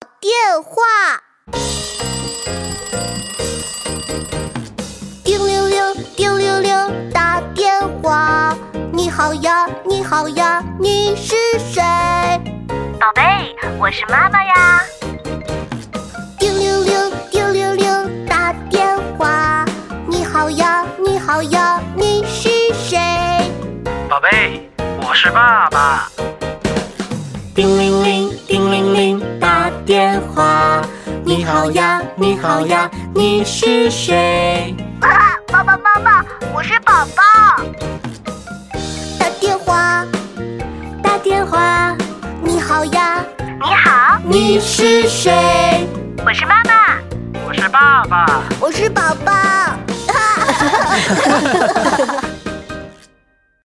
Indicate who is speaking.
Speaker 1: 的话。叮铃铃，叮铃铃，打电话。你好呀，你好呀，你是谁？
Speaker 2: 宝贝，我是妈妈呀。
Speaker 1: 叮铃铃，叮铃铃，打电话。你好呀，你好呀，你是谁？
Speaker 3: 宝贝，我是爸爸。
Speaker 4: 叮铃铃，叮铃铃，打电话。你好呀，你好呀，你是谁？
Speaker 2: 爸爸妈妈，我是宝宝。
Speaker 1: 打电话，
Speaker 4: 打电话。
Speaker 1: 你好呀，
Speaker 2: 你好，
Speaker 4: 你是谁？
Speaker 2: 我是妈妈。
Speaker 3: 我是爸爸。
Speaker 1: 我是宝宝。